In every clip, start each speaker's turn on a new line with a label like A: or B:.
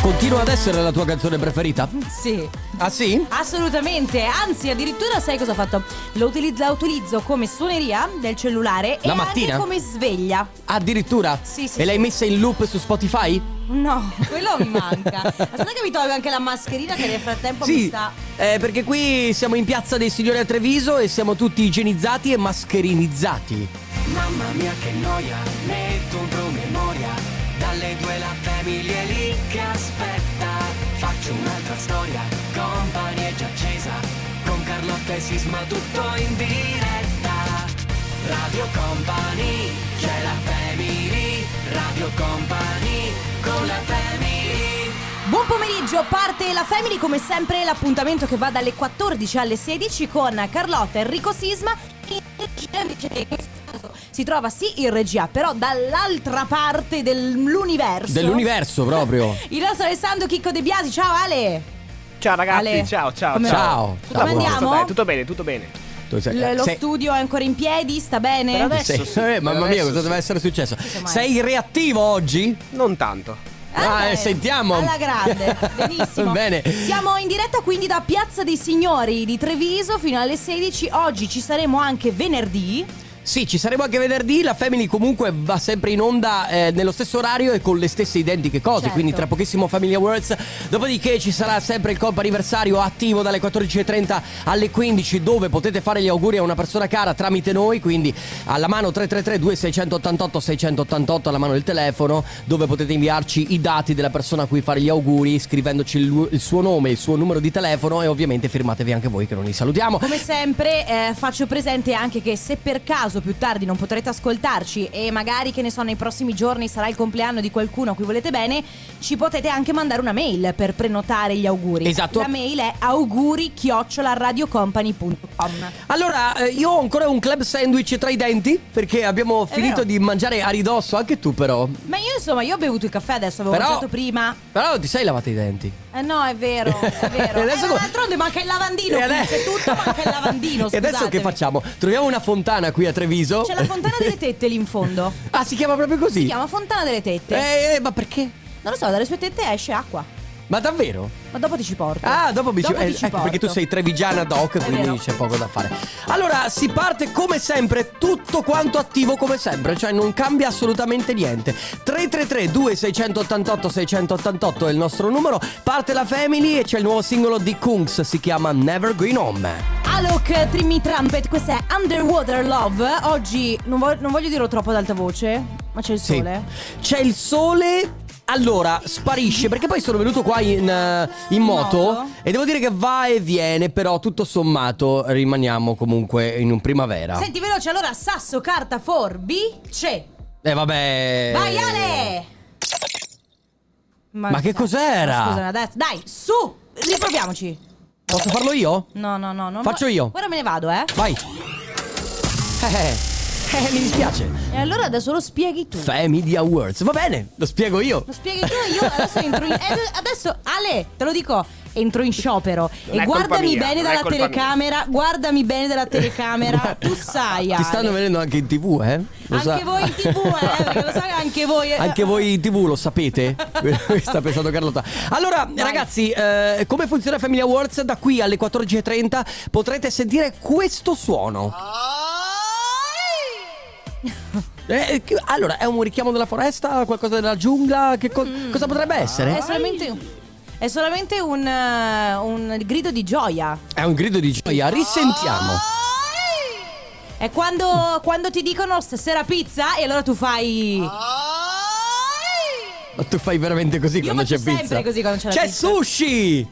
A: continua ad essere la tua canzone preferita?
B: Sì.
A: Ah sì?
B: Assolutamente, anzi addirittura sai cosa ho fatto? Lo utilizzo, la utilizzo come suoneria del cellulare
A: La
B: e
A: mattina?
B: anche come sveglia.
A: Addirittura?
B: Sì, sì,
A: E l'hai
B: sì.
A: messa in loop su Spotify?
B: No, quello mi manca. Aspetta che mi tolgo anche la mascherina che nel frattempo mi
A: sì,
B: sta...
A: eh, perché qui siamo in piazza dei signori a Treviso e siamo tutti igienizzati e mascherinizzati.
C: Mamma mia che noia, metto un promemoria Dalle due la famiglia è lì che aspetta Faccio un'altra storia, compagnia è già accesa Con Carlotta e Sisma tutto in diretta Radio Company, c'è la family Radio Company, con la family
B: Buon pomeriggio, parte la Family come sempre l'appuntamento che va dalle 14 alle 16 con Carlotta Enrico Sisma in regia invece che in questo caso si trova sì in regia però dall'altra parte dell'universo
A: Dell'universo proprio.
B: Il nostro Alessandro Chicco De Biasi, ciao Ale!
D: Ciao ragazzi,
B: Ale,
D: ciao ciao
B: come
A: ciao.
B: va?
A: Ciao,
B: Tutto
A: ciao,
B: come
A: buon
D: Tutto,
B: andiamo?
D: bene, tutto bene, tutto bene.
A: Tu sei-
B: L- lo
A: sei-
B: studio è ancora in piedi, sta bene?
D: Per adesso-
A: sei-
D: sì,
A: eh, mamma
D: per
A: mia,
D: adesso
A: cosa
D: sì.
A: deve essere successo?
B: Insomma,
A: Sei reattivo oggi?
D: Non tanto.
A: Ah,
B: eh,
A: eh, sentiamo.
B: Alla grande, benissimo.
A: Bene.
B: Siamo in diretta quindi da Piazza dei Signori di Treviso fino alle 16. Oggi ci saremo anche venerdì.
A: Sì, ci saremo anche venerdì. La Family comunque va sempre in onda eh, nello stesso orario e con le stesse identiche cose.
B: Certo.
A: Quindi tra pochissimo Family Awards. Dopodiché ci sarà sempre il comp anniversario attivo dalle 14.30 alle 15 dove potete fare gli auguri a una persona cara tramite noi. Quindi alla mano 333-2688-688 alla mano del telefono dove potete inviarci i dati della persona a cui fare gli auguri scrivendoci il, lu- il suo nome, il suo numero di telefono e ovviamente firmatevi anche voi che non li salutiamo.
B: Come sempre eh, faccio presente anche che se per caso più tardi non potrete ascoltarci e magari che ne so nei prossimi giorni sarà il compleanno di qualcuno a cui volete bene, ci potete anche mandare una mail per prenotare gli auguri.
A: Esatto.
B: La mail è auguri@radiocompany.com.
A: Allora, eh, io ho ancora un club sandwich tra i denti perché abbiamo finito
B: vero.
A: di mangiare a ridosso, anche tu però.
B: Ma io insomma, io ho bevuto il caffè adesso, avevo
A: Però-
B: mangiato prima.
A: Però ti sei lavato i denti.
B: Eh no, è vero, è vero.
A: E adesso
B: Eh, ma
A: co-
B: d'altronde manca il lavandino,
A: E
B: qui,
A: ade-
B: c'è tutto, manca il lavandino,
A: E adesso che
B: scusatemi.
A: facciamo? Troviamo una fontana qui a Treviso.
B: C'è la fontana delle tette lì in fondo.
A: Ah, si chiama proprio così?
B: Si chiama fontana delle tette.
A: Eh, eh, ma perché?
B: Non lo so, dalle sue tette esce acqua.
A: Ma davvero?
B: Ma dopo ti ci porto.
A: Ah, dopo mi ci, eh,
B: ti ci
A: ecco, perché tu
B: porto.
A: sei trevigiana doc, quindi
B: vero.
A: c'è poco da fare. Allora, si parte come sempre, tutto quanto attivo come sempre, cioè non cambia assolutamente niente. 333 2688 688 è il nostro numero. Parte la Family e c'è il nuovo singolo di Kungs, si chiama Never Going Home.
B: Alok Trimmy Trumpet, questa è Underwater Love. Oggi non, vo- non voglio dirlo troppo ad alta voce, ma c'è il sole.
A: C'è il sole allora, sparisce perché poi sono venuto qua in, eh, in moto,
B: moto.
A: e devo dire che va e viene, però tutto sommato rimaniamo comunque in un primavera.
B: Senti veloce, allora sasso, carta, forbice.
A: Eh vabbè.
B: Vai Ale!
A: Ma che cos'era?
B: Ma Scusami, adesso, dai, su, riproviamoci.
A: Posso farlo io?
B: No, no, no, non
A: Faccio
B: vo-
A: io.
B: Ora me ne vado, eh.
A: Vai. Eh, eh, eh, mi dispiace.
B: E allora adesso lo spieghi tu.
A: Family Awards. Va bene, lo spiego io.
B: lo spieghi tu e io adesso entro in. eh, Adesso, Ale, te lo dico, entro in sciopero.
D: Non
B: e
D: è colpa
B: guardami
D: mia,
B: bene
D: non è
B: dalla
D: colpa
B: telecamera. Guardami bene dalla telecamera. tu sai, Ale.
A: Ti stanno venendo anche in tv, eh?
B: Anche voi in TV, eh, perché lo so che anche voi, eh.
A: Anche voi in tv lo sapete? Sta pensando Carlotta. Allora, ragazzi, eh, come funziona Family Awards? Da qui alle 14.30 potrete sentire questo suono. Eh, chi- allora, è un richiamo della foresta? Qualcosa della giungla? Che co-
B: Mm.
A: Cosa potrebbe essere?
B: È solamente un. È solamente un, eh, un grido di gioia.
A: È un grido di gioia, risentiamo.
B: È quando, quando ti dicono stasera pizza e allora tu fai.
A: Ma tu fai veramente così quando
B: faccio
A: c'è pizza?
B: sempre così quando c'è la pizza.
A: sushi!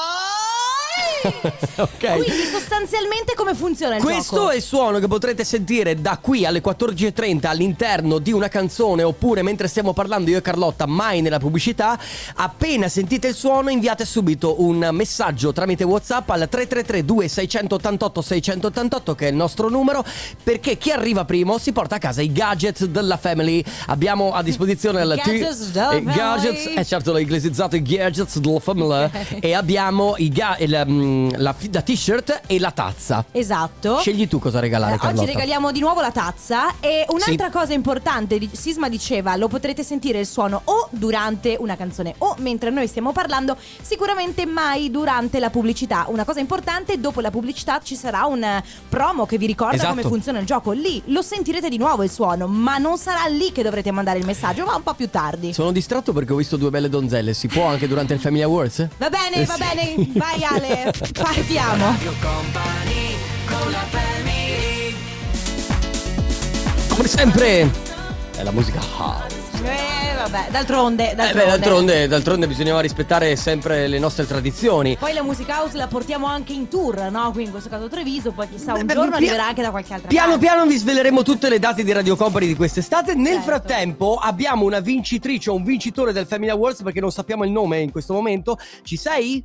A: ok.
B: Quindi sostanzialmente come funziona il
A: questo
B: gioco?
A: è il suono che potrete sentire da qui alle 14.30 all'interno di una canzone oppure mentre stiamo parlando io e Carlotta, mai nella pubblicità. Appena sentite il suono inviate subito un messaggio tramite Whatsapp al 333-2688-688 che è il nostro numero perché chi arriva primo si porta a casa i gadget della family. Abbiamo a disposizione il
B: Gadgets della
A: eh, gadgets,
B: family.
A: eh, certo l'ho inglesizzato i gadgets della family e abbiamo i ga- il, mm, mm, la, fi- la t-shirt e la tazza.
B: Esatto.
A: Scegli tu cosa regalare,
B: Eh, Oggi
A: Carlotta.
B: regaliamo di nuovo la tazza e un'altra cosa importante, di- Sisma diceva, lo potrete sentire il suono o durante una canzone o mentre noi stiamo parlando, sicuramente mai durante la pubblicità. Una cosa importante, dopo la pubblicità ci sarà un eh, promo che vi ricorda
A: Esatto.
B: come funziona il gioco, lì lo sentirete di nuovo il suono, ma non sarà lì che dovrete mandare il messaggio, ma un po' più tardi.
A: Sono distratto perché ho visto due belle donzelle. Si può anche durante il Family Awards?
B: Va bene,
A: Eh,
B: va
A: sì.
B: bene, vai Ale, partiamo.
A: Come sempre, è la musica house.
B: Eh, vabbè, d'altronde,
A: Eh beh, d'altronde, d'altronde bisognava rispettare sempre le nostre tradizioni.
B: Poi la music house la portiamo anche in tour, no? Quindi in questo caso Treviso, poi chissà un
A: Beh, pia-
B: giorno arriverà anche da qualche altra
A: Piano
B: parte.
A: piano vi sveleremo tutte le date di Radio Company di quest'estate. Nel
B: Certo.
A: frattempo abbiamo una vincitrice o un vincitore del Family Awards perché non sappiamo il nome in questo momento. Ci sei?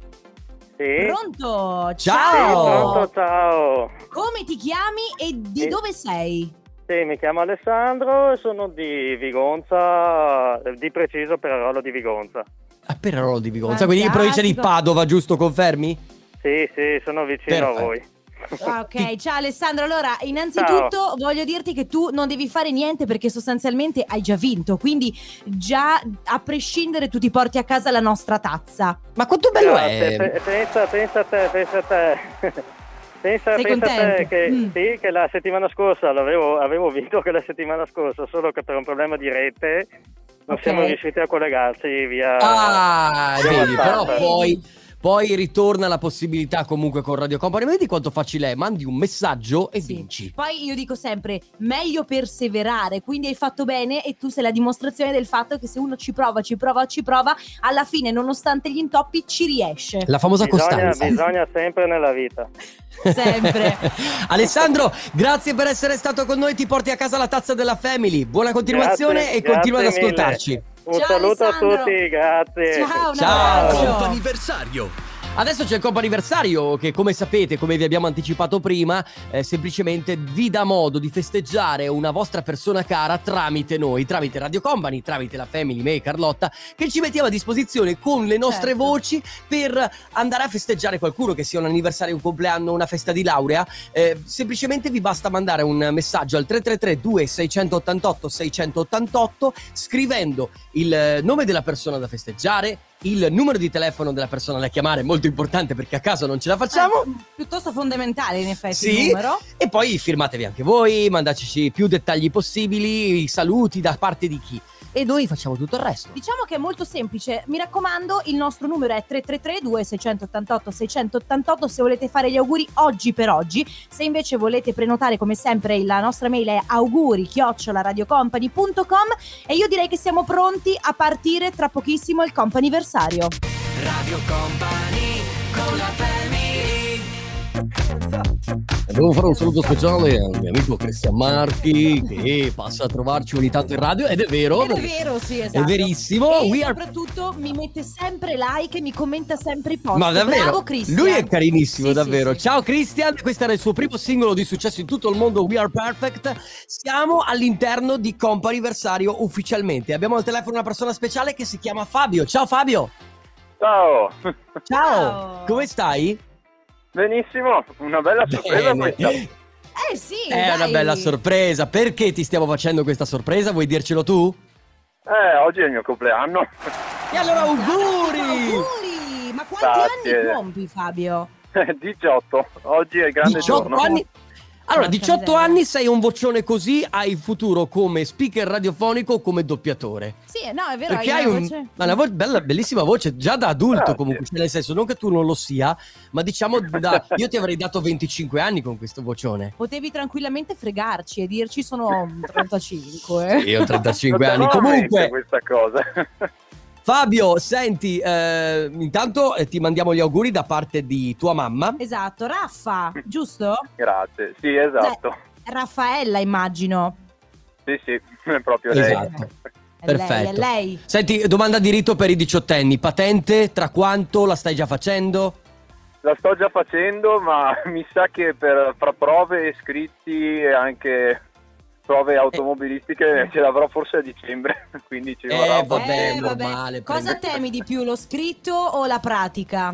E: Sì,
B: Pronto? Ciao!
A: Ciao!
E: pronto, ciao.
B: Come ti chiami e di
E: Sì.
B: dove sei?
E: Sì, mi chiamo Alessandro e sono di Vigonza, eh, di preciso Perarolo di Vigonza.
A: A Perarolo Ah, di Vigonza, quindi in provincia di
B: Fantastico.
A: Padova, giusto? Confermi?
E: Sì, sì, sono vicino
A: Perfetto.
E: a voi.
B: Ah, ok, ciao Alessandro. Allora, innanzitutto voglio dirti che tu non devi fare niente perché sostanzialmente hai già vinto, quindi già a prescindere tu ti porti a casa la nostra tazza.
A: Ma quanto bello
E: Grazie,
A: è!
E: pe- pensa, pensa a te, pensa a te. Pensa,
B: Sei
E: pensa a te
B: contento?
E: che,
B: Mm.
E: sì, che la settimana scorsa l'avevo, avevo vinto che la settimana scorsa, solo che per un problema di rete non
B: Ok.
E: siamo riusciti a collegarci via...
A: Ah,
E: Io guardate.
A: vedi, però poi, poi ritorna la possibilità comunque con Radio Company. Vedi quanto facile è, mandi un messaggio e
B: Sì.
A: vinci.
B: Poi io dico sempre: meglio perseverare. Quindi hai fatto bene e tu sei la dimostrazione del fatto che se uno ci prova, ci prova, ci prova, alla fine, nonostante gli intoppi, ci riesce.
A: La famosa
E: Bisogna,
A: costanza.
E: bisogna sempre nella vita.
B: Sempre.
A: Alessandro, grazie per essere stato con noi. Ti porti a casa la tazza della Family. Buona continuazione
E: Grazie,
A: e continua ad
E: grazie mille.
A: ascoltarci.
E: Un
B: Ciao,
E: saluto
B: Alessandro.
E: a tutti, grazie.
B: Ciao, un
A: Ciao.
B: abbraccio.
A: Adesso c'è il comp'anniversario che come sapete, come vi abbiamo anticipato prima, eh, semplicemente vi dà modo di festeggiare una vostra persona cara tramite noi, tramite Radio Company, tramite la Family, me e Carlotta, che ci mettiamo a disposizione con le nostre
B: Certo.
A: voci per andare a festeggiare qualcuno, che sia un anniversario, un compleanno, una festa di laurea. Eh, semplicemente vi basta mandare un messaggio al 333 2688 688 scrivendo il eh, nome della persona da festeggiare, il numero di telefono della persona da chiamare, molto importante perché a caso non ce la facciamo.
B: Eh, piuttosto fondamentale, in effetti,
A: Sì.
B: il numero.
A: E poi firmatevi anche voi, mandateci più dettagli possibili, i saluti da parte di chi. E noi facciamo tutto il resto.
B: Diciamo che è molto semplice, mi raccomando il nostro numero è 3332 688 688 se volete fare gli auguri oggi per oggi, se invece volete prenotare come sempre la nostra mail è auguri e io direi che siamo pronti a partire tra pochissimo il comp'anniversario.
A: Devo fare un saluto speciale al mio amico Cristian Marchi che passa a trovarci ogni tanto in radio ed è vero.
B: È vero, sì, esatto.
A: È verissimo.
B: E
A: Oh, We are-
B: soprattutto mi mette sempre like e mi commenta sempre i post.
A: Ma davvero?
B: Bravo Cristian.
A: Lui è carinissimo,
B: Sì, sì,
A: davvero.
B: sì.
A: Ciao Christian, questo era il suo primo singolo di successo in tutto il mondo, We Are Perfect. Siamo all'interno di Companiversario ufficialmente. Abbiamo al telefono una persona speciale che si chiama Fabio. Ciao Fabio!
F: Ciao!
A: Ciao!
B: Ciao.
A: Come stai?
F: Benissimo, una bella sorpresa
A: Bene.
F: questa.
B: Eh sì,
A: È una
B: dai.
A: bella sorpresa. Perché ti stiamo facendo questa sorpresa? Vuoi dircelo tu?
F: Eh, oggi è il mio compleanno.
A: E allora auguri!
B: Auguri! Ma quanti
F: Grazie.
B: anni compi Fabio?
F: 18. Oggi è il grande
A: 18
F: giorno.
A: anni. Allora,
B: Porca
A: 18
B: miseria.
A: anni sei un vocione così, hai il futuro come speaker radiofonico o come doppiatore.
B: Sì, no, è vero.
A: Perché
B: hai
A: hai
B: una
A: un-
B: voce-
A: ma una vo- bella- bellissima voce già da adulto
F: Grazie.
A: comunque, cioè, nel senso non che tu non lo sia, ma diciamo da- io ti avrei dato 25 anni con questo vocione.
B: Potevi tranquillamente fregarci e dirci sono 35.
A: Io ho 35
F: Non
A: anni
F: te l'ho mai
A: comunque.
F: detta questa cosa.
A: Fabio, senti, eh, intanto eh, ti mandiamo gli auguri da parte di tua mamma.
B: Esatto, Raffa, giusto?
F: Grazie. Sì, esatto.
B: Raffaella immagino.
F: Sì, sì, è proprio lei.
A: Esatto.
B: È
A: Perfetto.
B: Lei, è lei.
A: Senti, domanda di rito per i diciottenni, patente, tra quanto la stai già facendo?
F: La sto già facendo, ma mi sa che per fra prove e scritti e anche
A: Eh.
F: prove automobilistiche ce l'avrò forse a dicembre, quindi ci
A: Eh,
F: vorrà un po'
A: vabbè,
F: di
A: è
F: tempo.
A: normale,
B: Cosa
A: prende-
B: temi di più, lo scritto o la pratica?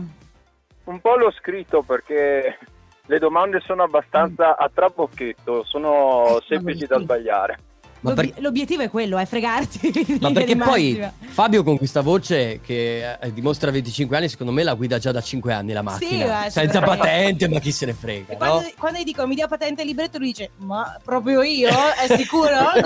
F: un po' l'ho scritto perché le domande sono abbastanza a trabocchetto,
B: Eh,
F: sono semplici da sbagliare.
A: Ma
B: L'obi-
A: perché-
B: L'obiettivo è quello, è fregarti. in
A: Ma
B: linea
A: perché
B: di
A: poi
B: massima.
A: Fabio con questa voce che eh, dimostra 25 anni, secondo me la guida già da 5 anni la macchina.
B: eh,
A: Senza
B: sicuramente.
A: patente, ma chi se ne frega, no?
B: E quando, quando gli dico mi dia patente e libretto, lui dice: Ma proprio io? È sicuro?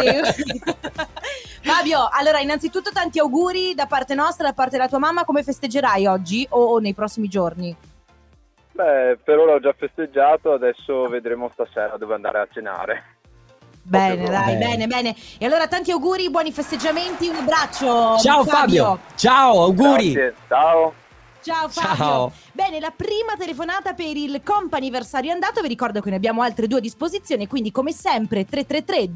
B: Fabio, allora, innanzitutto tanti auguri da parte nostra, da parte della tua mamma. Come festeggerai oggi o, o nei prossimi giorni?
F: Beh, per ora ho già festeggiato, adesso vedremo stasera dove andare a cenare.
B: Bene,
F: Proprio
B: dai,
A: bene.
B: bene, bene. E allora tanti auguri, buoni festeggiamenti, un abbraccio.
A: Ciao Fabio, ciao, auguri.
F: Grazie, ciao.
B: Ciao Fabio.
A: Ciao.
B: Bene, la prima telefonata per il comp'anniversario è andato, vi ricordo che ne abbiamo altre due a disposizione, quindi come sempre 333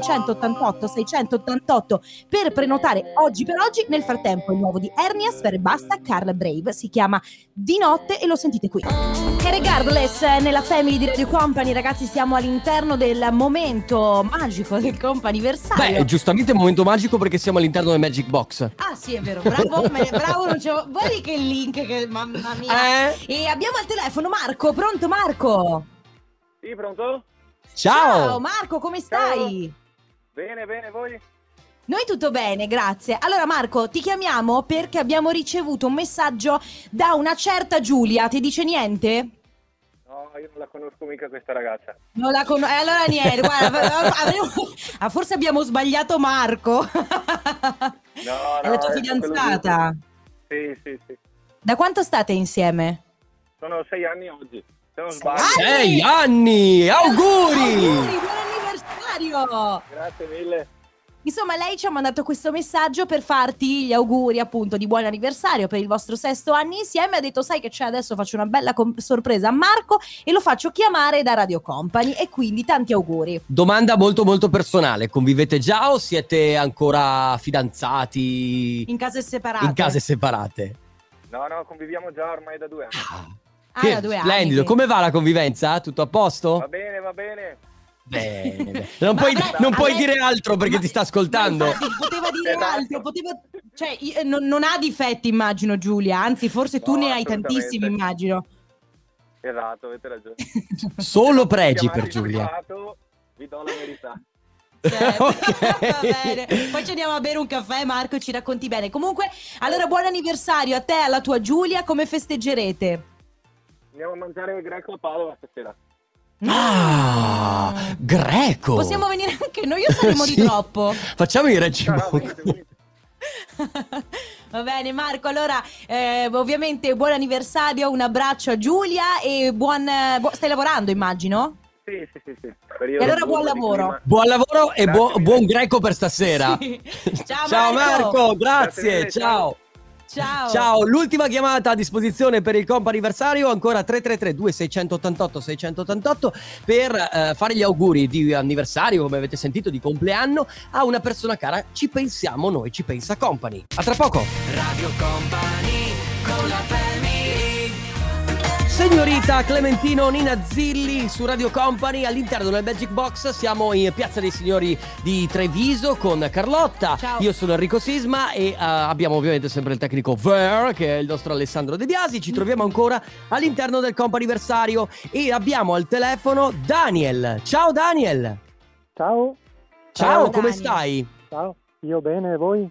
B: 2688 688 per prenotare oggi per oggi. Nel frattempo il nuovo di Ernias Verbasta Carl Brave si chiama Di notte e lo sentite qui. E regardless eh, nella family di Radio Company, ragazzi, siamo all'interno del momento magico del comp'anniversario.
A: Beh, giustamente è un momento magico perché siamo all'interno del Magic Box.
B: Ah sì, è vero, bravo, me ne- bravo, non c'è... Guardi che link, che mamma mia.
A: Eh?
B: E abbiamo al telefono Marco, pronto Marco?
F: Sì, pronto?
A: Ciao!
B: Marco, come stai?
F: Bene, bene, voi?
B: Noi tutto bene, grazie. Allora Marco, ti chiamiamo perché abbiamo ricevuto un messaggio da una certa Giulia, ti dice niente?
F: No, io non la conosco mica questa ragazza.
B: Non la conosco. Eh, allora niente, guarda, avremo- ah, forse abbiamo sbagliato Marco.
F: No,
B: È
F: no,
B: la tua
F: è
B: fidanzata.
F: Sì, sì, sì.
B: Da quanto state insieme?
F: Sono sei anni oggi, se non
B: Sei
F: sbaglio.
B: anni?
A: Sei anni! Auguri!
B: Buon anniversario!
F: Grazie mille.
B: Insomma, lei ci ha mandato questo messaggio per farti gli auguri appunto di buon anniversario per il vostro sesto anno insieme. Ha detto: Sai che c'è, adesso faccio una bella com- sorpresa a Marco e lo faccio chiamare da Radio Company. E quindi tanti auguri.
A: Domanda molto molto personale, convivete già o siete ancora fidanzati
B: In case separate.
A: in case separate?
F: No, no, conviviamo già ormai da due anni.
B: Ah,
A: Che
B: da due anni,
A: splendido,
B: quindi.
A: come va la convivenza? Tutto a
F: Va
B: Ah!
A: posto?
F: bene, va bene.
A: Bene, bene. Non
B: Ma
A: puoi,
B: vabbè,
A: non puoi
B: vabbè.
A: dire altro perché
B: Ma-
A: ti sta ascoltando.
B: Ma infatti, poteva dire
F: Esatto.
B: altro, poteva- cioè, i- non, non ha difetti, immagino, Giulia. Anzi, forse tu
F: No,
B: ne hai
F: assolutamente.
B: tantissimi, immagino.
F: Esatto, avete ragione.
A: Solo pregi per
F: Chiamate in
A: Giulia.
F: privato, Vi do la verità.
B: Certo.
A: Ok.
B: Va bene. Poi ci andiamo a bere un caffè, Marco, e ci racconti bene. Comunque, allora buon anniversario a te e alla tua Giulia. Come festeggerete?
F: Andiamo a mangiare il greco a Padova stasera.
A: Ah, greco.
B: Possiamo venire anche noi o saremo
A: Sì.
B: di troppo?
A: Facciamo i reggi.
F: No, no,
A: Boc.
F: venite, venite.
B: Va bene Marco, allora eh, ovviamente buon anniversario, un abbraccio a Giulia e buon... eh, bu- stai lavorando immagino?
F: Sì, sì, sì. sì. Periodo
B: E allora
F: di
B: buon
F: clima-
B: lavoro.
A: Buon lavoro e
F: Grazie
A: buon-
F: mille.
A: buon greco per stasera.
B: Sì. Ciao,
A: Marco, grazie,
F: Grazie mille,
A: ciao.
B: Ciao.
A: Ciao, l'ultima chiamata a disposizione per il comp anniversario, ancora 333 2688 688 per eh, fare gli auguri di anniversario, come avete sentito, di compleanno a una persona cara. Ci pensiamo noi, ci pensa Company. A tra poco.
C: Radio Company con la family.
A: Signorita Clementino Nina Zilli su Radio Company all'interno del Magic Box siamo in Piazza dei Signori di Treviso con Carlotta.
B: Ciao.
A: Io sono Enrico Sisma e eh, abbiamo ovviamente sempre il tecnico Ver che è il nostro Alessandro De Biasi. Ci troviamo ancora all'interno del comp'anniversario e abbiamo al telefono Daniel. Ciao Daniel.
G: Ciao,
A: Ciao,
B: Ciao,
A: come
B: Daniel.
A: stai?
G: ciao, io bene, e voi?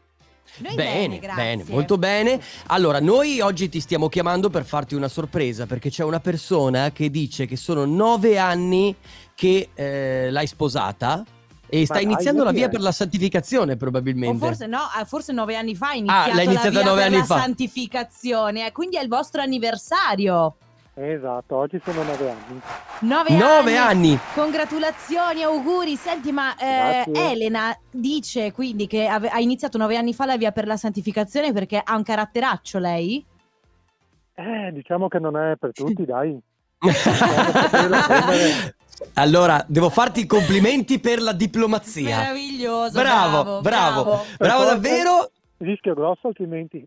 B: Noi
A: bene,
B: grazie.
A: molto bene. Allora, noi oggi ti stiamo chiamando per farti una sorpresa perché c'è una persona che dice che sono nove anni che eh, l'hai sposata e sta
G: dai,
A: iniziando la
G: che
A: via
G: è?
A: per la santificazione probabilmente.
B: O forse no, ah, forse nove anni fa è
A: l'hai
B: iniziato
A: iniziata
B: la via
A: nove
B: per
A: anni
B: la
A: fa.
B: santificazione, eh, quindi è il vostro anniversario.
G: Esatto, oggi sono nove anni.
B: Nove,
A: Nove anni!
B: Congratulazioni, auguri. Senti, ma eh,
G: Grazie.
B: Elena dice quindi che ave- ha iniziato nove anni fa la via per la santificazione perché ha un caratteraccio lei?
G: Eh, diciamo che non è per tutti, dai.
A: allora, devo farti i complimenti per la diplomazia.
B: Meraviglioso.
A: eh. Bravo, bravo, bravo,
G: forza.
A: davvero.
G: Rischio grosso, altrimenti.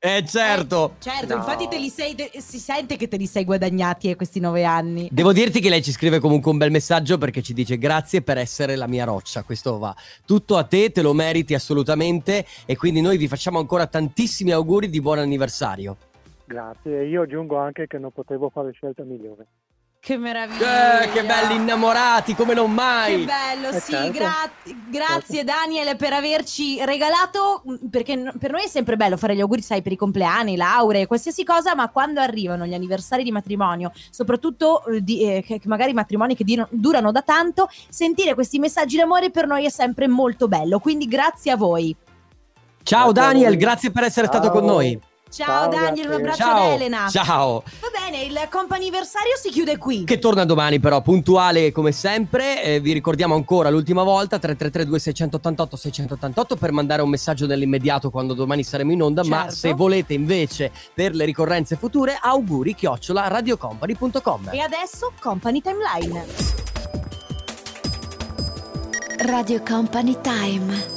A: Eh certo.
B: Certo,
F: No.
B: infatti te li sei, te- si sente che te li sei guadagnati eh, questi nove anni.
A: Devo dirti che lei ci scrive comunque un bel messaggio perché ci dice grazie per essere la mia roccia, questo va. Tutto a te, te lo meriti assolutamente e quindi noi vi facciamo ancora tantissimi auguri di buon anniversario.
G: Grazie, e io aggiungo anche che non potevo fare scelta migliore.
B: Che meraviglia!
A: Eh, che belli innamorati, come non
B: Che
A: mai!
B: bello,
G: Eh,
B: sì,
G: certo.
B: gra- grazie Daniel per averci regalato, mh, perché n- per noi è sempre bello fare gli auguri, sai, per i compleanni, lauree, qualsiasi cosa, ma quando arrivano gli anniversari di matrimonio, soprattutto eh, di- eh, che, che magari matrimoni che dir- durano da tanto, sentire questi messaggi d'amore per noi è sempre molto bello, quindi grazie a voi.
A: Ciao
G: Grazie a
A: Daniel,
G: voi.
A: grazie per essere stato con
G: Ciao.
A: noi.
G: Ciao,
B: Ciao, Daniel, un
G: grazie.
B: abbraccio
A: Ciao.
B: da Elena.
A: Ciao.
B: Va bene, il comp'anniversario si chiude qui.
A: Che torna domani però, puntuale come sempre. Eh, vi ricordiamo ancora l'ultima volta 333-2688-688 per mandare un messaggio nell'immediato quando domani saremo in onda, ma
B: Certo.
A: se volete invece per le ricorrenze future, auguri chiocciola radiocompany.com.
B: E adesso Company Timeline.
H: Radio Company Time.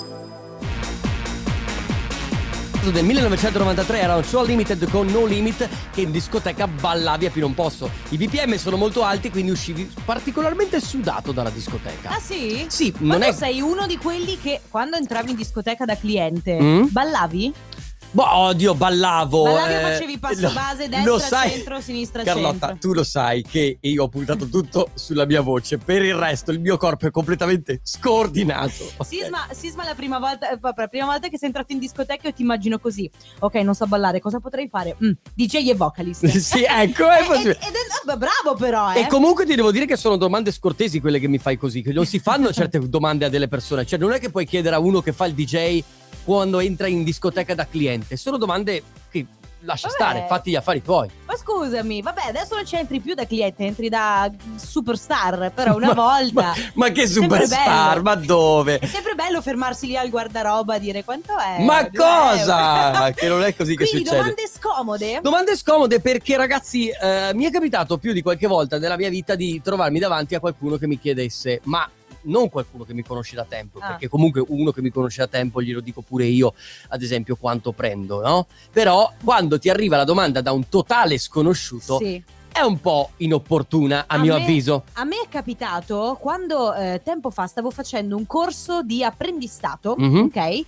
A: del 1993 era un show limited con No Limit che in discoteca ballavi a più non posso. I BPM sono molto alti, quindi uscivi particolarmente sudato dalla discoteca.
B: Ah sì?
A: Sì,
B: Ma
A: non
B: tu
A: è
B: sei uno di quelli che quando entravi in discoteca da cliente
A: Mm?
B: ballavi?
A: Boh, oddio, ballavo.
B: Ballavi o
A: eh,
B: facevi passo
A: lo-
B: base, destra,
A: lo sai-
B: centro, sinistra,
A: Carlotta,
B: centro?
A: tu lo sai che io ho puntato tutto sulla mia voce, per il resto il mio corpo è completamente scordinato. ok?
B: Sisma, Sisma la prima volta, eh, papà, la prima volta che sei entrato in discoteca io ti immagino così. Ok, non so ballare, cosa potrei fare? Mm, DJ e vocalist.
A: Sì, ecco, è
B: Eh,
A: possibile.
B: ed- ed è- beh, bravo però, eh.
A: E comunque ti devo dire che sono domande scortesi quelle che mi fai così, che non si fanno certe domande a delle persone, cioè non è che puoi chiedere a uno che fa il DJ quando entra in discoteca da cliente, sono domande che lascia
B: Vabbè.
A: stare, fatti gli affari tuoi.
B: Ma scusami, vabbè, adesso non c'entri più da cliente, entri da superstar, però
A: Ma-
B: una volta.
A: Ma, ma che
B: Sempre
A: superstar,
B: bello.
A: ma dove?
B: È sempre bello fermarsi lì al guardaroba a dire quanto è.
A: Ma
B: Due
A: cosa?
B: euro.
A: Che non è così che
B: Quindi
A: succede.
B: domande scomode.
A: Domande scomode perché ragazzi eh, mi è capitato più di qualche volta nella mia vita di trovarmi davanti a qualcuno che mi chiedesse ma non qualcuno che mi conosce da tempo,
B: Ah.
A: perché comunque uno che mi conosce da tempo glielo dico pure io, ad esempio quanto prendo, no? Però quando ti arriva la domanda da un totale sconosciuto
B: Sì.
A: è un po' inopportuna a,
B: A
A: mio
B: me-
A: avviso.
B: A me è capitato quando eh, tempo fa stavo facendo un corso di apprendistato,
A: Mhm.
B: ok? Eh,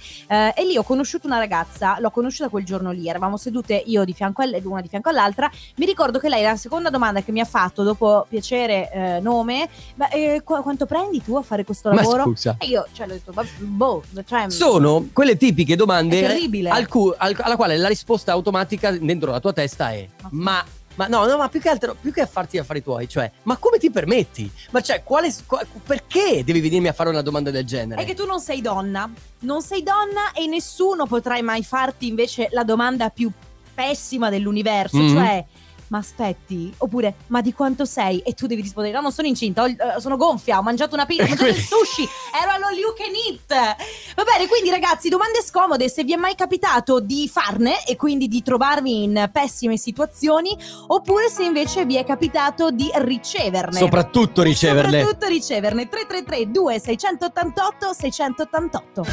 B: e lì ho conosciuto una ragazza, l'ho conosciuta quel giorno lì, eravamo sedute io di fianco a lei, una di fianco all'altra. Mi ricordo che lei la seconda domanda che mi ha fatto dopo piacere eh, nome, ma eh, qu- quanto prendi tu a fare questo
A: Ma
B: lavoro?
A: scusa,
B: E io cioè, le ho detto, "Ma boh, cioè,
A: sono quelle tipiche
B: è
A: domande
B: terribile.
A: eh, al cu- al- alla quale la risposta automatica dentro la tua testa è ma, ma no, no, ma più che altro, più che a farti gli affari tuoi, cioè, ma come ti permetti? Ma cioè, quale, qua- perché devi venirmi a fare una domanda del genere?
B: È che tu non sei donna, non sei donna e nessuno potrai mai farti invece la domanda più pessima dell'universo,
A: Mhm.
B: cioè ma aspetti, oppure ma di quanto sei? E tu devi rispondere no, non sono incinta, ho il- eh, sono gonfia, ho mangiato una pizza, ho mangiato il sushi, ero allo you can eat. Va bene, quindi ragazzi, domande scomode, se vi è mai capitato di farne e quindi di trovarvi in pessime situazioni, oppure se invece vi è capitato di riceverne.
A: Soprattutto riceverle.
B: Soprattutto riceverne 333 2688 688.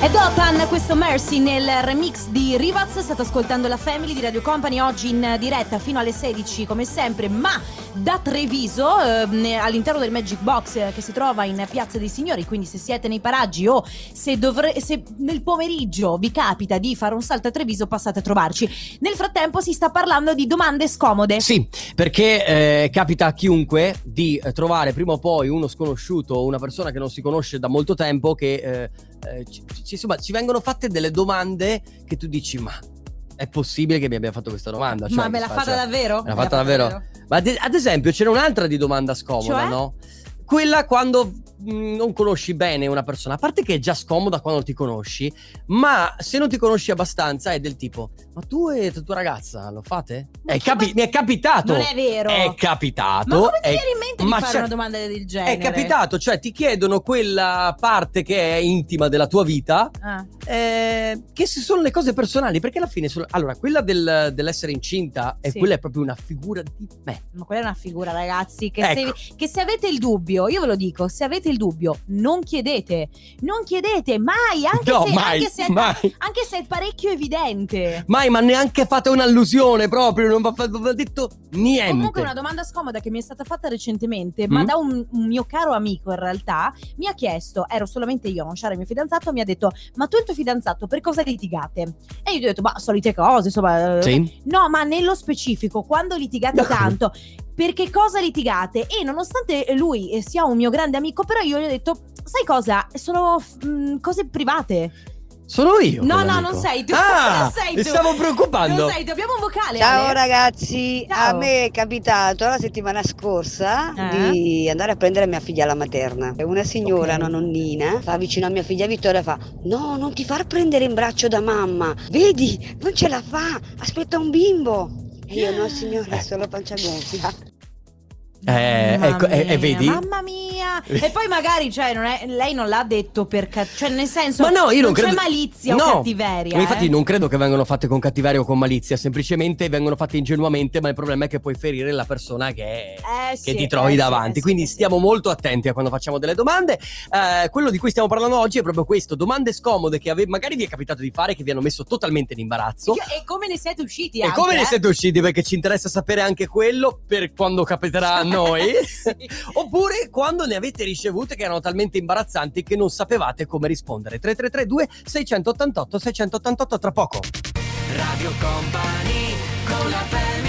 B: È Dotan questo Mercy nel remix di Rivaz, state ascoltando la Family di Radio Company oggi in diretta fino alle 16 come sempre, ma da Treviso ehm, all'interno del Magic Box eh, che si trova in Piazza dei Signori, quindi se siete nei paraggi o se, dovre- se nel pomeriggio vi capita di fare un salto a Treviso passate a trovarci. Nel frattempo si sta parlando di domande scomode.
A: Sì, perché eh, capita a chiunque di eh, trovare prima o poi uno sconosciuto o una persona che non si conosce da molto tempo che eh, eh, ci, ci- insomma, ci vengono fatte delle domande che tu dici ma è possibile che mi abbia fatto questa domanda? Cioè,
B: ma me
A: che
B: l'ha
A: faccia-
B: fatta davvero?
A: Me l'ha fatta davvero? Ma ad, ad esempio c'era un'altra di domanda scomoda,
B: Cioè?
A: no? Quella quando mh, non conosci bene una persona, a parte che è già scomoda quando ti conosci, ma se non ti conosci abbastanza è del tipo, ma tu e la tua ragazza lo fate? È capi-
B: Ma-
A: mi è capitato!
B: Non è vero.
A: È capitato!
B: ma come ti
A: è-
B: viene in mente di
A: ma
B: fare
A: c'è-
B: una domanda del genere?
A: È capitato, cioè ti chiedono quella parte che è intima della tua vita
B: Ah,
A: eh, che si- sono le cose personali, perché alla fine sono- allora, quella del- dell'essere incinta è
B: Sì.
A: quella è proprio una figura di me.
B: ma quella è una figura, ragazzi. Che,
A: Ecco.
B: se, che se avete il dubbio, io ve lo dico: se avete il dubbio, non chiedete, non chiedete mai, anche,
A: no,
B: se,
A: mai,
B: anche se-
A: mai.
B: anche se è parecchio evidente.
A: Ma mai, ma neanche fate un'allusione proprio, non va- non ha detto niente.
B: Comunque una domanda scomoda che mi è stata fatta recentemente, ma
A: Mm.
B: da un, un mio caro amico in realtà, mi ha chiesto, ero solamente io, non c'era il mio fidanzato, mi ha detto, ma tu e il tuo fidanzato per cosa litigate? E io gli ho detto, ma solite cose, insomma... eh,
A: Sì?
B: No, ma nello specifico, quando litigate
A: No.
B: tanto, per che cosa litigate? E nonostante lui eh, sia un mio grande amico, però io gli ho detto, sai cosa? Sono f- mh, cose private.
A: Sono io.
B: No,
A: quell'amico.
B: no, non sei tu.
A: Ah,
B: Non sei
A: mi
B: tu.
A: stavo preoccupando.
B: Non sei, dobbiamo un vocale.
I: Ciao
B: Ale.
I: ragazzi,
B: Ciao.
I: a me è capitato la settimana scorsa
J: Ah.
B: Eh?
I: di andare a prendere mia figlia alla materna. E Una signora,
B: Ok.
I: una nonnina, fa vicino a mia figlia Vittoria e fa No, non ti far prendere in braccio da mamma, vedi, non ce la fa, aspetta un bimbo. E io no signora, è
J: Eh.
I: solo pancia gonfia.
A: Eh,
B: Mamma
A: ecco, e- e
B: mia,
A: vedi?
B: Mamma mia! E poi magari, cioè, non è- lei non l'ha detto per ca- cioè nel senso
A: Ma no, io non,
B: c'è
A: credo.
B: malizia
A: no.
B: o cattiveria.
A: Ma Infatti,
B: eh.
A: non credo che vengano fatte con cattiveria o con malizia, semplicemente vengono fatte ingenuamente. Ma il problema è che puoi ferire la persona che è.
B: Eh,
A: che
B: sì,
A: ti trovi
B: eh, sì,
A: davanti.
B: eh, sì,
A: Quindi
B: sì, sì.
A: stiamo molto attenti a quando facciamo delle domande. Eh, quello di cui stiamo parlando oggi è proprio questo: domande scomode che ave- magari vi è capitato di fare, che vi hanno messo totalmente in imbarazzo.
B: E e come ne siete usciti
A: E
B: anche,
A: come ne
B: eh?
A: siete usciti? Perché ci interessa sapere anche quello per quando capiterà a noi.
B: Sì.
A: Oppure quando ne avete ricevute che erano talmente imbarazzanti che non sapevate come rispondere. 3332 688 688 tra poco.
C: Radio Company con la family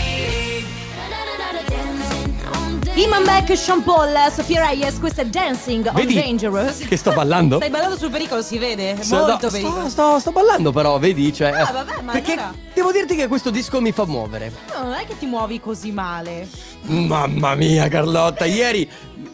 B: Iman Beck, Sean Paul, Sofia Reyes, questo è Dancing on
A: Vedi
B: Dangerous.
A: che sto ballando?
B: Stai ballando sul pericolo, si vede.
A: Sto- no,
B: Molto
A: sto,
B: pericolo.
A: sto, sto ballando però, vedi? Cioè,
B: Ah, vabbè, ma
A: perché
B: allora-
A: devo dirti che questo disco mi fa muovere.
B: No, non è che ti muovi così male.
A: Mamma mia Carlotta, ieri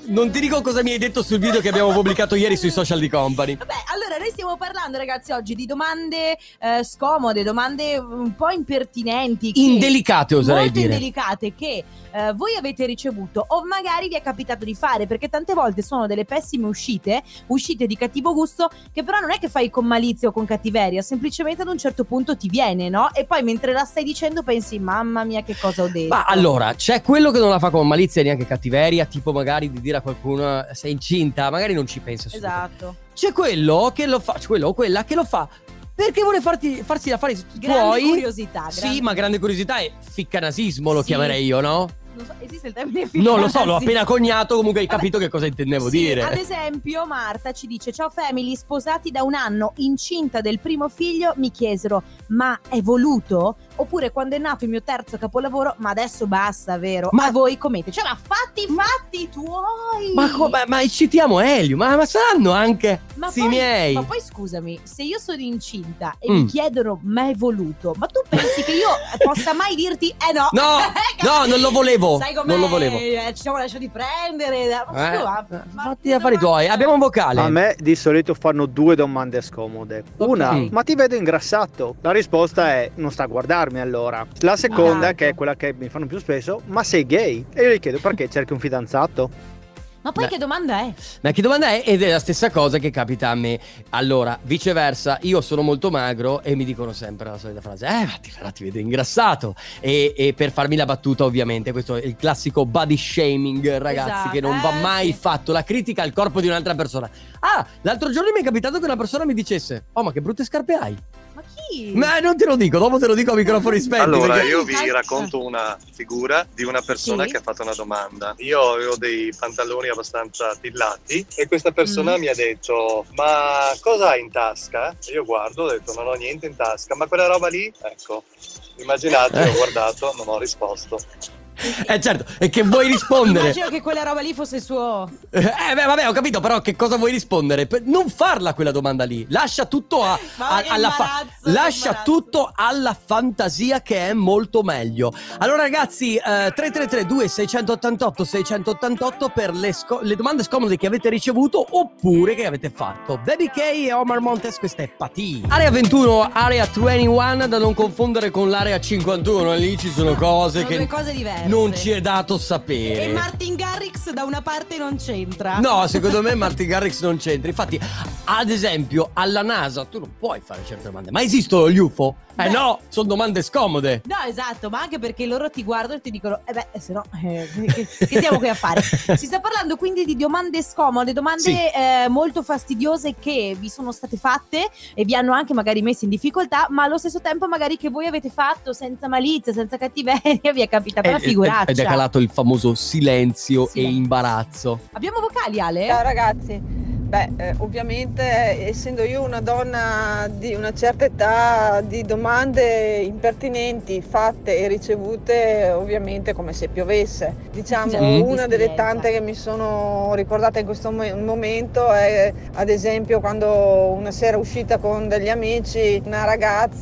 A: non ti dico cosa mi hai detto sul video che abbiamo pubblicato ieri sui social di Company.
B: Vabbè, allora noi stiamo parlando, ragazzi, oggi di domande eh, scomode, domande un po' impertinenti. che-
A: Indelicate oserei
B: molto
A: dire.
B: indelicate che eh, voi avete ricevuto o magari vi è capitato di fare perché tante volte sono delle pessime uscite uscite di cattivo gusto che però non è che fai con malizia o con cattiveria semplicemente ad un certo punto ti viene no? e poi mentre la stai dicendo pensi mamma mia che cosa ho detto
A: Ma allora, c'è quello che non la fa con malizia e neanche cattiveria, tipo magari di dire a qualcuno eh, sei incinta, magari non ci pensa assolutamente.
B: esatto
A: C'è quello che lo fa, c'è quello o quella che lo fa perché vuole farti, farsi affari
B: grande
A: tuoi.
B: curiosità
A: Sì,
B: grande-
A: ma grande curiosità e ficcanasismo lo
B: Sì.
A: chiamerei io, no?
B: non so, esiste il termine
A: Non lo so,
B: efficacia?
A: l'ho appena cognato, comunque hai
B: Vabbè.
A: capito che cosa intendevo
B: Sì,
A: dire.
B: Ad esempio, Marta ci dice: Ciao family, sposati da un anno, incinta del primo figlio, mi chiesero: Ma è voluto? Oppure quando è nato il mio terzo capolavoro, ma adesso basta, vero?
A: Ma-
B: Ma a voi comete? Cioè, ma fatti i fatti tuoi!
A: Ma, co- ma, ma eccitiamo Elio, ma, ma saranno anche
B: Ma
A: sì
B: poi,
A: miei.
B: ma poi scusami, se io sono incinta e
A: Mm.
B: mi chiedono ma è voluto, ma tu pensi che io possa mai dirti eh no?
A: No, no, non lo volevo,
B: Sai com'è?
A: non lo volevo.
B: Eh, ci siamo lasciati prendere. Ma
A: Eh,
B: scusa, ma-
A: fatti gli affari tuoi, abbiamo un vocale.
K: A me di solito fanno due domande scomode.
A: Ok.
K: Una, ma ti vedo ingrassato? La risposta è non sta a guardarmi allora. La seconda,
J: Ah.
B: Esatto.
K: che è quella che mi fanno più spesso, ma sei gay? E io gli chiedo perché cerchi un fidanzato?
B: Ma poi
A: Beh.
B: che domanda è?
A: Ma che domanda è? Ed è la stessa cosa che capita a me. Allora, viceversa, io sono molto magro e mi dicono sempre la solita frase: Eh, ma ti, però ti vedo ingrassato. E, e per farmi la battuta, ovviamente, questo è il classico body shaming, ragazzi,
B: Esatto,
A: che non va
B: eh,
A: mai
B: sì.
A: fatto. La critica al corpo di un'altra persona. Ah, l'altro giorno mi è capitato che una persona mi dicesse: Oh, ma che brutte scarpe hai!
B: Ma chi?
A: Ma non te lo dico, dopo te lo dico a microfoni spenti.
F: Allora,
A: perché-
F: io vi racconto una figura di una persona
B: Sì.
F: che ha fatto una domanda. Io avevo dei pantaloni abbastanza tillati e questa persona
B: Mm.
F: mi ha detto: Ma cosa hai in tasca? E io guardo, ho detto: Non ho niente in tasca, ma quella roba lì, ecco. Immaginate, ho guardato, non ho risposto.
A: Eh certo, e che vuoi rispondere?
B: Immagino che quella roba lì fosse il suo.
A: Eh beh, vabbè, ho capito, però che cosa vuoi rispondere? Per- Non farla quella domanda lì. Lascia tutto a-
B: Mamma
A: a-
B: che
A: alla fa-
B: imbarazzo, che
A: Lascia
B: imbarazzo.
A: tutto alla fantasia che è molto meglio. Allora ragazzi, eh, 333 2688 688 per le, sco- le domande scomode che avete ricevuto oppure che avete fatto. Baby K e Omar Montes, questa è Pati. Area 21, area 21 da non confondere con l'area 51, lì ci sono cose
B: Sono
A: che
B: due cose diverse.
A: non ci è dato sapere.
B: E Martin Garrix da una parte non c'entra.
A: No, secondo me Martin Garrix non c'entra. Infatti, ad esempio, alla NASA tu non puoi fare certe domande. Ma esistono gli UFO? Eh
B: Beh.
A: no, sono domande scomode.
B: No, esatto, ma anche perché loro ti guardano e ti dicono, eh beh, se no, eh, che, che stiamo qui a fare? Si sta parlando quindi di domande scomode, domande
A: Sì.
B: eh, molto fastidiose che vi sono state fatte e vi hanno anche magari messo in difficoltà, ma allo stesso tempo magari che voi avete fatto senza malizia, senza cattiveria, vi è capitata una
A: Eh, eh,
B: figuraccia.
A: Ed è calato il famoso silenzio e
B: Silenzio.
A: imbarazzo.
B: Abbiamo vocali Ale?
A: Eh,
L: Ciao ragazzi, beh eh, ovviamente eh, essendo io una donna di una certa età di domande impertinenti fatte e ricevute eh, ovviamente come se piovesse. Diciamo
M: Già,
L: una
M: un'esperienza.
L: delle tante che mi sono ricordata in questo mo- momento è ad esempio quando una sera uscita con degli amici una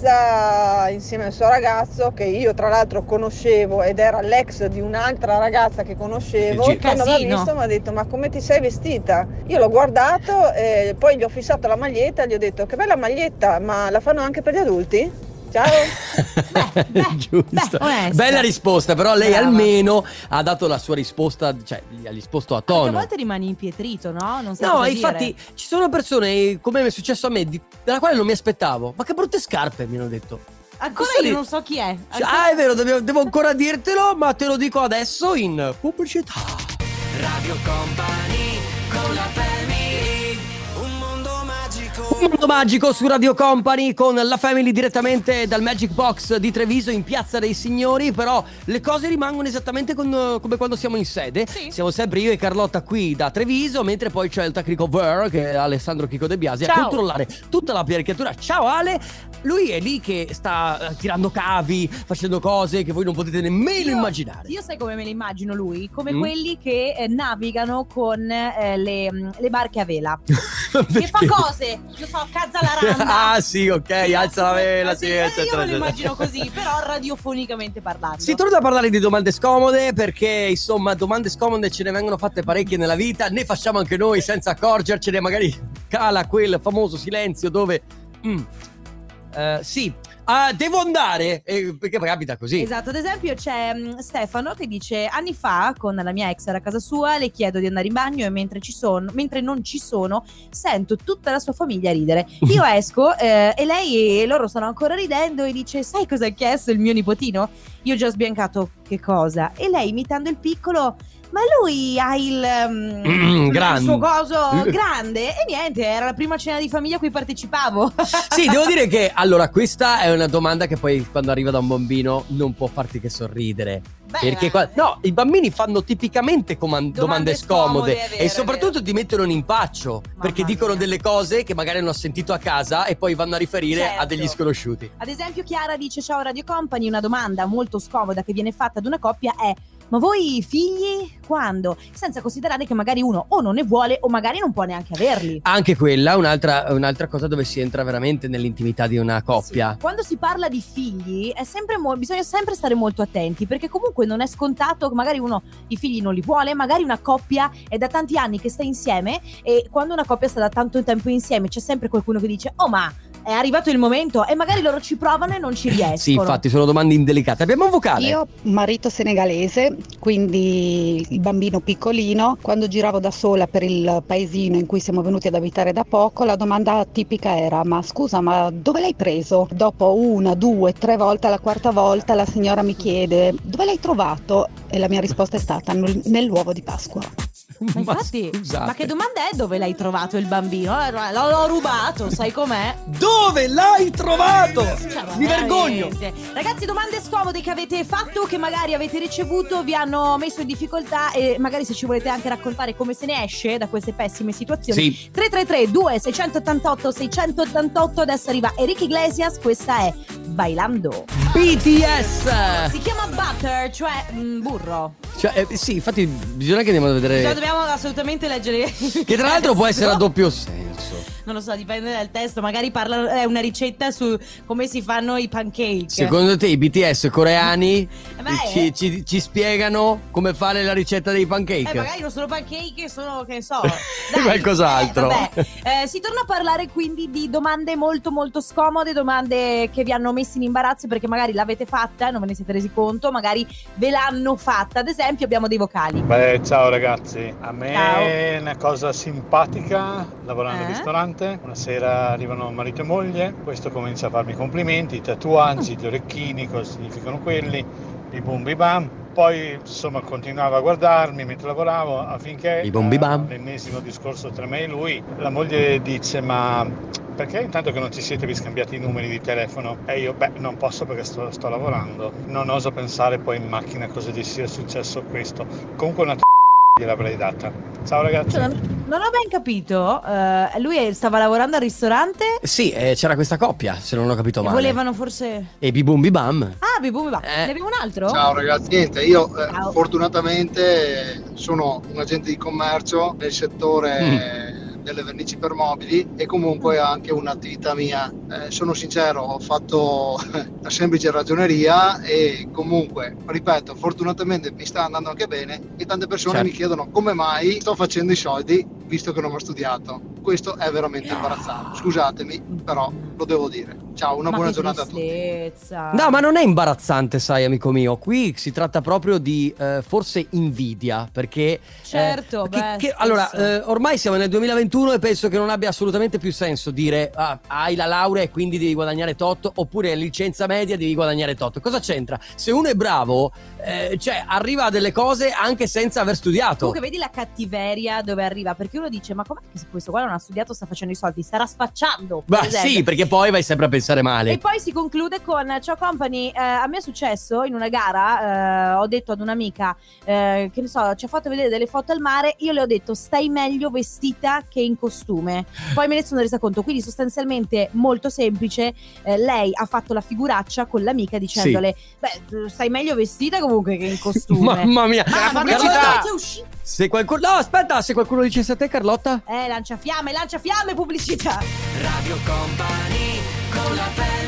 L: ragazza insieme al suo ragazzo che io tra l'altro conoscevo ed era l'ex di un'altra ragazza che conoscevo
N: Che
L: quando l'ha
N: casino.
L: visto mi ha detto ma come ti sei vestita? Io l'ho guardato e poi gli ho fissato la maglietta e gli ho detto che bella maglietta ma la fanno anche per gli adulti? Ciao!
A: Giusto.
L: onesta.
A: Bella risposta, però lei
B: Brava.
A: almeno ha dato la sua risposta, cioè gli ha risposto a
B: Perché a
A: tono.
B: volte rimani impietrito, no? Non sai
A: No,
B: cosa dire.
A: infatti ci sono persone, come mi è successo a me, di- della quale non mi aspettavo. Ma che brutte scarpe, mi hanno detto.
B: Ancora
A: Questo
B: io
A: lì-
B: non so chi è.
A: Cioè, ah, è vero, devo, devo ancora dirtelo, ma te lo dico adesso in pubblicità.
C: Radio Company con la family. Un mondo magico.
A: Un mondo magico su Radio Company con la Family direttamente dal Magic Box di Treviso in Piazza dei Signori, però le cose rimangono esattamente con- come quando siamo in sede. Siamo sempre io e Carlotta qui da Treviso, mentre poi c'è il tecnico Ver, che è Alessandro Chico De Biasi, a
O: Ciao.
A: controllare tutta la pianificatura. Ciao Ale, lui è lì che sta eh, tirando cavi, facendo cose che voi non potete nemmeno immaginare.
B: Io sai come me lo immagino lui? Come
A: Mm.
B: quelli che eh, navigano con eh, le, mm, le barche a vela. che fa cose, io so, cazza la randa.
A: ah sì, ok, alza la vela, sì, eccetera,
B: io me lo
A: eccetera.
B: immagino così, però radiofonicamente parlando.
A: Si torna a parlare di domande scomode perché insomma domande scomode ce ne vengono fatte parecchie nella vita, ne facciamo anche noi senza accorgercene, magari cala quel famoso silenzio dove... "Mm, eh, sì, ah, devo andare, eh, perché capita così.
B: Esatto, ad esempio c'è mm, Stefano che dice anni fa con la mia ex era a casa sua, le chiedo di andare in bagno e mentre, ci sono, mentre non ci sono sento tutta la sua famiglia ridere. Io esco eh, e lei e loro stanno ancora ridendo e dice sai cosa ha chiesto il mio nipotino? Io ho già sbiancato che cosa? E lei imitando il piccolo ma lui ha il, mm,
A: Mm,
B: il suo
A: grande."
B: coso grande e niente, era la prima cena di famiglia a cui partecipavo.
A: Sì, devo dire che allora questa è una domanda che poi quando arriva da un bambino non può farti che sorridere.
B: Eh.
A: perché qua- no, i bambini fanno tipicamente coman- domande, scomode,
B: scomode, è vero,
A: e soprattutto ti mettono in impaccio perché dicono delle cose che magari hanno sentito a casa e poi vanno a riferire a
B: Certo.
A: degli sconosciuti.
B: Ad esempio, Chiara dice: Ciao Radio Company. Una domanda molto scomoda che viene fatta ad una coppia è: Ma voi figli quando? Senza considerare che magari uno o non ne vuole o magari non può neanche averli.
A: Anche quella è un'altra, un'altra cosa dove si entra veramente nell'intimità di una coppia.
B: Quando si parla di figli, è sempre mo- bisogna sempre stare molto attenti perché comunque non è scontato che magari uno i figli non li vuole, magari una coppia è da tanti anni che sta insieme e quando una coppia sta da tanto tempo insieme c'è sempre qualcuno che dice "Oh ma è arrivato il momento" e magari loro ci provano e non ci riescono.
A: Sì, infatti, sono domande indelicate. Abbiamo un vocale.
J: Io, marito senegalese, quindi il bambino piccolino, quando giravo da sola per il paesino in cui siamo venuti ad abitare da poco, la domanda tipica era: Ma scusa, ma dove l'hai preso? Dopo una, due, tre volte, alla quarta volta la signora mi chiede: eh, Dove l'hai trovato? E la mia risposta è stata: "Nel- Nell'uovo di Pasqua.
B: Ma infatti,
A: scusate.
B: ma che domanda è dove l'hai trovato il bambino? Eh, L'ho, l'ho rubato, sai com'è?
A: Dove l'hai trovato? Mi vergogno.
B: veramente. Ragazzi, domande scomode che avete fatto, che magari avete ricevuto, vi hanno messo in difficoltà e magari se ci volete anche raccontare come se ne esce da queste pessime situazioni.
P: Sì.
B: 333 2688 688 adesso arriva Enrique Iglesias, questa è Bailando.
A: BTS!
B: Si chiama Butter, cioè mm, burro.
A: Cioè, eh, sì, infatti, bisogna che andiamo a
B: Cioè,
A: vedere.
B: dobbiamo assolutamente leggere
A: Che tra l'altro può essere a doppio senso.
Q: cazzo?
B: Non lo so, dipende dal testo. Magari parla, è una ricetta su come si fanno i pancake. Eh,
A: Secondo te i BTS coreani
B: beh,
A: ci, ci- ci spiegano come fare la ricetta dei pancake?
B: Eh, magari non sono pancake, sono che ne so.
A: Qualcos'altro.
B: Eh, si torna a parlare quindi di domande molto molto scomode, domande che vi hanno messo in imbarazzo perché magari l'avete fatta e non ve ne siete resi conto, magari ve l'hanno fatta. Ad esempio abbiamo dei vocali.
F: Beh, ciao ragazzi, a me
B: Ciao.
F: una cosa simpatica, lavorando
B: Eh?
F: al ristorante, una sera arrivano marito e moglie, questo comincia a farmi complimenti, i tatuaggi, gli orecchini, cosa significano quelli, i bum bi bam, poi insomma continuava a guardarmi mentre lavoravo affinché
A: I bum bi bam.
F: eh, l'ennesimo discorso tra me e lui, la moglie dice ma perché intanto che non ci siete vi scambiate i numeri di telefono? E io, beh, non posso perché sto, sto lavorando. Non oso pensare poi in macchina cosa gli sia successo a questo. Comunque una t- gliel'avrei data. Ciao ragazzi.
B: Cioè, non, non ho ben capito, eh, lui stava lavorando al ristorante
A: Sì, eh, c'era questa coppia, se non ho capito
B: e
A: male.
B: volevano forse...
A: E bibum bibam.
B: Ah, bibum, va.
A: Eh.
B: Ne abbiamo un altro?
N: Ciao ragazzi, niente, io eh,
B: Ciao.
N: fortunatamente eh, sono un agente di commercio nel settore eh, delle vernici per mobili e
B: Mm.
N: comunque anche un'attività mia. Eh, sono sincero, ho fatto la semplice ragioneria e comunque, ripeto, fortunatamente mi sta andando anche bene e tante persone
A: Certo.
N: mi chiedono come mai sto facendo i soldi visto che non ho studiato. Questo è veramente imbarazzante, scusatemi, però lo devo dire. Ciao, una
B: Ma
N: buona
B: che
N: giornata a tutti.
B: tristezza.
A: No, ma non è imbarazzante, sai, amico mio. Qui si tratta proprio di eh, forse invidia, perché... eh,
B: Certo,
A: che-
B: beh,
A: che-
B: spesso.
A: allora, eh, ormai siamo nel 2021 e penso che non abbia assolutamente più senso dire "Ah, hai la laurea e quindi devi guadagnare tot, oppure hai licenza media e devi guadagnare tot. Cosa c'entra? Se uno è bravo, eh, cioè, arriva a delle cose anche senza aver studiato.
B: Comunque vedi la cattiveria dove arriva, perché uno dice ma com'è che se questo qua non ha studiato sta facendo i soldi, starà spacciando. per
A: Ma
B: esempio.
A: sì, perché poi vai sempre a pensare male.
B: E poi si conclude con Ciao Company, eh, a me è successo in una gara, eh, ho detto ad un'amica, eh, che ne so, ci ha fatto vedere delle foto al mare, io le ho detto stai meglio vestita che in costume. Poi me ne sono resa conto, quindi sostanzialmente molto semplice, eh, lei ha fatto la figuraccia con l'amica dicendole beh stai meglio vestita comunque che in costume.
A: Mamma mia,
B: Ah, Ma
A: Mamma
B: quando
A: pubblicità.
B: Carlotta è uscita-
A: Se qualcuno... No, aspetta, se qualcuno dicesse a te, Carlotta...
B: Eh, lanciafiamme, lanciafiamme, pubblicità!
R: Radio Company con la family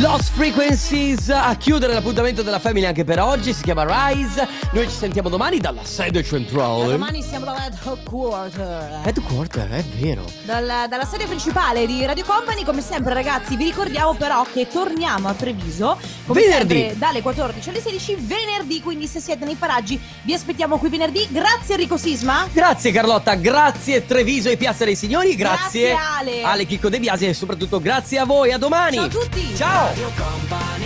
A: Lost Frequencies a chiudere l'appuntamento della Family anche per oggi, si chiama Rise. Noi ci sentiamo domani dalla sede
B: Da
A: centrale.
B: domani siamo dalla headquarter.
A: Headquarter, è vero.
B: Dalla, dalla sede principale di Radio Company, come sempre ragazzi, vi ricordiamo però che torniamo a Treviso come
A: Venerdì.
B: sempre dalle 14 alle 16 venerdì, quindi se siete nei paraggi vi aspettiamo qui venerdì. Grazie Enrico Sisma.
A: Grazie Carlotta, grazie Treviso e Piazza dei Signori, grazie,
B: Grazie, Ale.
A: Ale Chicco De Biasi e soprattutto grazie a voi, a domani.
B: Ciao a tutti.
A: Ciao.
R: Radio Company